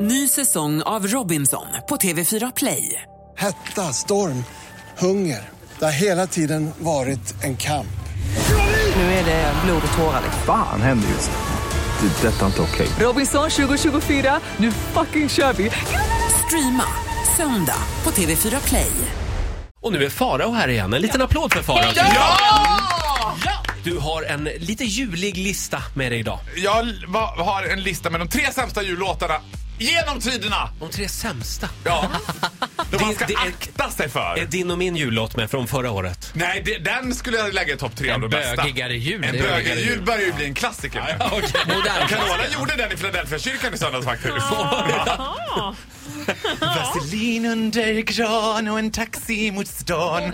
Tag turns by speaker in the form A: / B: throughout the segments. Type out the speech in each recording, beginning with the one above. A: Ny säsong av Robinson på TV4 Play.
B: Hetta, storm, hunger. Det har hela tiden varit en kamp.
A: Nu är det blod och tårar.
C: Fan händer just nu. Det. är Detta är inte okej.
A: Robinson 2024, nu fucking kör vi! Streama söndag på TV4 Play.
D: Och nu är Farao här igen. En liten applåd för Farao. Ja! Du har en lite julig lista med dig idag.
E: Jag l- va- har en lista med de tre sämsta jullåtarna genom tiderna.
D: De tre sämsta.
E: Ja. De man
D: Det-
E: ska
D: det är-
E: akta sig för.
D: Är din och min jullåt med från förra året?
E: Nej, det, den skulle jag lägga i topp tre av
F: En
E: de bästa.
F: bögigare jul.
E: En
F: det är
E: bögigare
F: bögigare
E: jul börjar ju bli en klassiker nu.
D: Modern.
E: Carola gjorde den i Philadelphia-kyrkan i söndags faktiskt.
F: Vaselin under gran och en taxi mot stan.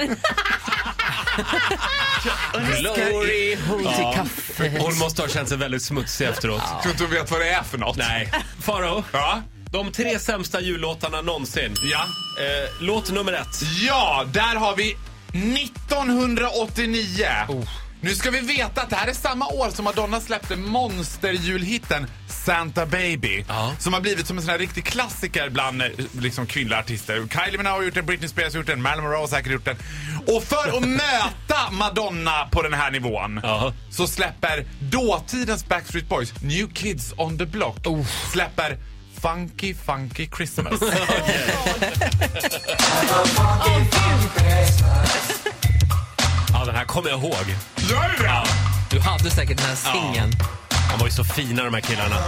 D: Glory hole
F: Lite kaffe.
D: Hon måste ha känt sig väldigt smutsig efteråt.
E: Tror inte hon vet vad det är för något.
D: Nej. Farao,
E: Ja.
D: de tre sämsta jullåtarna någonsin.
E: Ja.
D: Eh, låt nummer ett.
E: Ja, där har vi 1989.
D: Oh.
E: Nu ska vi veta att det här är samma år som Madonna släppte monsterjulhitten Santa Baby.
D: Ja.
E: Som har blivit som en sån här riktig klassiker bland eh, liksom, kvinnliga artister. Kylie Minogue har gjort den, Britney Spears har gjort den, Marilyn Monroe har säkert gjort den. Och för att möta Madonna på den här nivån
D: Ja.
E: så släpper dåtidens Backstreet Boys, New Kids on the Block, släpper Funky Funky Christmas.
D: Ja, den här kommer jag ihåg.
E: Gör du det?
F: Du hade säkert den här singeln.
D: De var ju så fina de här killarna.
G: It's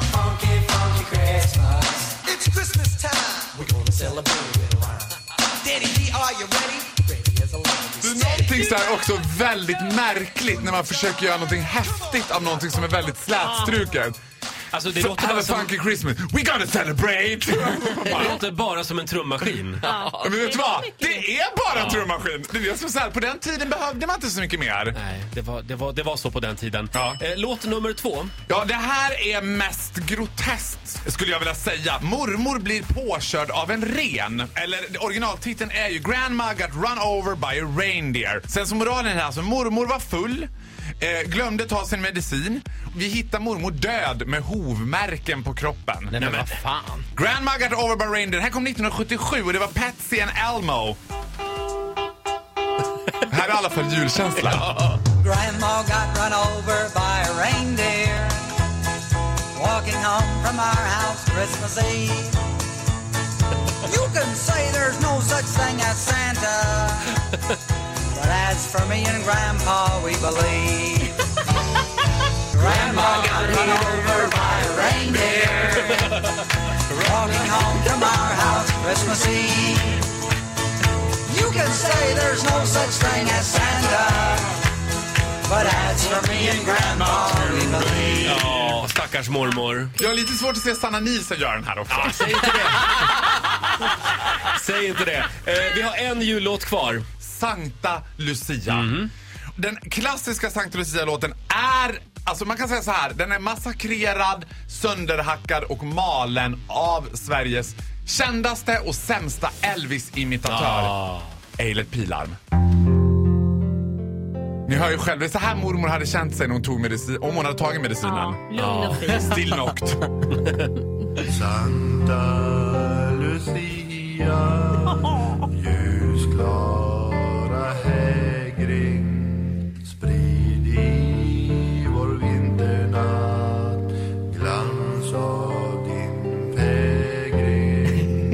G: Christmas time. We're gonna celebrate with wine. Daddy D, are you ready? Ready as a lamb.
E: Det är någonting så här också väldigt märkligt när man försöker göra någonting häftigt av någonting som är väldigt slätstruket.
D: Alltså, det låter
E: Have
D: bara
E: a
D: som,
E: funky Christmas, we gonna celebrate!
D: det låter bara som en trummaskin.
E: Men vet du vad? Det är bara trummaskin! Det är det som är så här, på den tiden behövde man inte så mycket mer.
D: Nej, det var, det, var, det var så på den tiden.
E: Ja.
D: Eh, låt nummer två.
E: Ja, det här är mest groteskt skulle jag vilja säga. Mormor blir påkörd av en ren. Eller originaltiteln är ju Grandma got run over by a reindeer. Sen så moralen är alltså, mormor var full. Eh, glömde ta sin medicin. Vi hittar mormor död med hovmärken på kroppen.
F: Nej men vad fan.
E: Grandma got over by reindeer. här kom 1977 och det var Patsy and Elmo. här är i alla fall julkänsla.
G: Grandma got run over by a reindeer. Walking home from our house Christmas Eve. You can say there's no such thing as Santa. But as for me and Grandpa, we believe. Grandma got run over by a reindeer. Walking home from our house Christmas Eve. You can say there's no such thing as Santa. But as for me and Grandma, we believe.
D: Ja, stackars mormor.
E: Jag har lite svårt att se Sanna Nielsen göra den här också.
D: Säg inte det. Säg inte det. Eh, vi har en jullåt kvar.
E: Sankta Lucia. Den klassiska Sankta Lucia-låten är, alltså man kan säga så här, den är massakrerad, sönderhackad och malen av Sveriges kändaste och sämsta Elvis-imitatör,
D: Ah.
E: Eilert Pilarm. Ni hör ju själv, det är så här mormor hade känt sig när hon tog medicin, om hon hade tagit medicinen.
H: Lugn och fin.
E: Stillnokt.
I: Santa Lucia Ljusklara hägring Sprid i vår vinternatt Glans av din fägring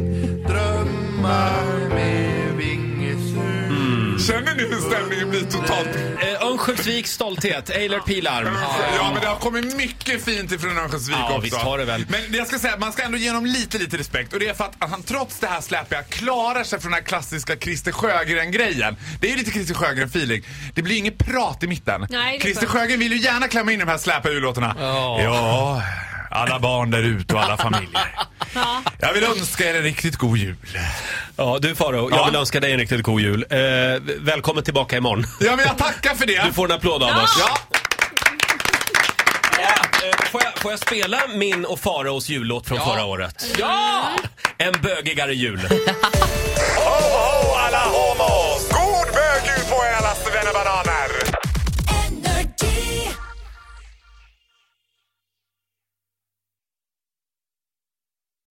I: Drömmar med vingesus
E: Mm. Känner ni hur stämningen blir totalt
D: Eh, Örnsköldsviks stolthet, Eilert Pilarm.
E: Ja, men det har kommit mycket fint ifrån Örnsköldsvik
D: Ja,
E: också.
D: visst har det väl.
E: Men det jag ska säga, man ska ändå ge honom lite, lite respekt. Och det är för att han trots det här släpiga klarar sig från den här klassiska Christer Sjögren-grejen. Det är ju lite Christer Sjögren-feeling. Det blir inget prat i mitten.
H: det är
E: Christer
H: skönt.
E: Sjögren vill ju gärna klämma in de här släpiga jullåtarna.
F: Ja.
E: ja, alla barn där ute och alla familjer.
H: Ja.
E: Jag vill önska er en riktigt god jul.
D: Ja, du Faro, jag
E: Ja.
D: vill önska dig en riktigt god jul. Eh, välkommen tillbaka imorgon.
E: Ja, men jag tackar för det.
D: Du får en applåd av oss.
E: Ja.
D: Eh, Får jag, får jag spela min och Faraos jullåt från förra året?
E: Mm. ja!
D: En bögigare jul.
E: Ho, ho, alla homos! God bögjul på er alla svennebananer!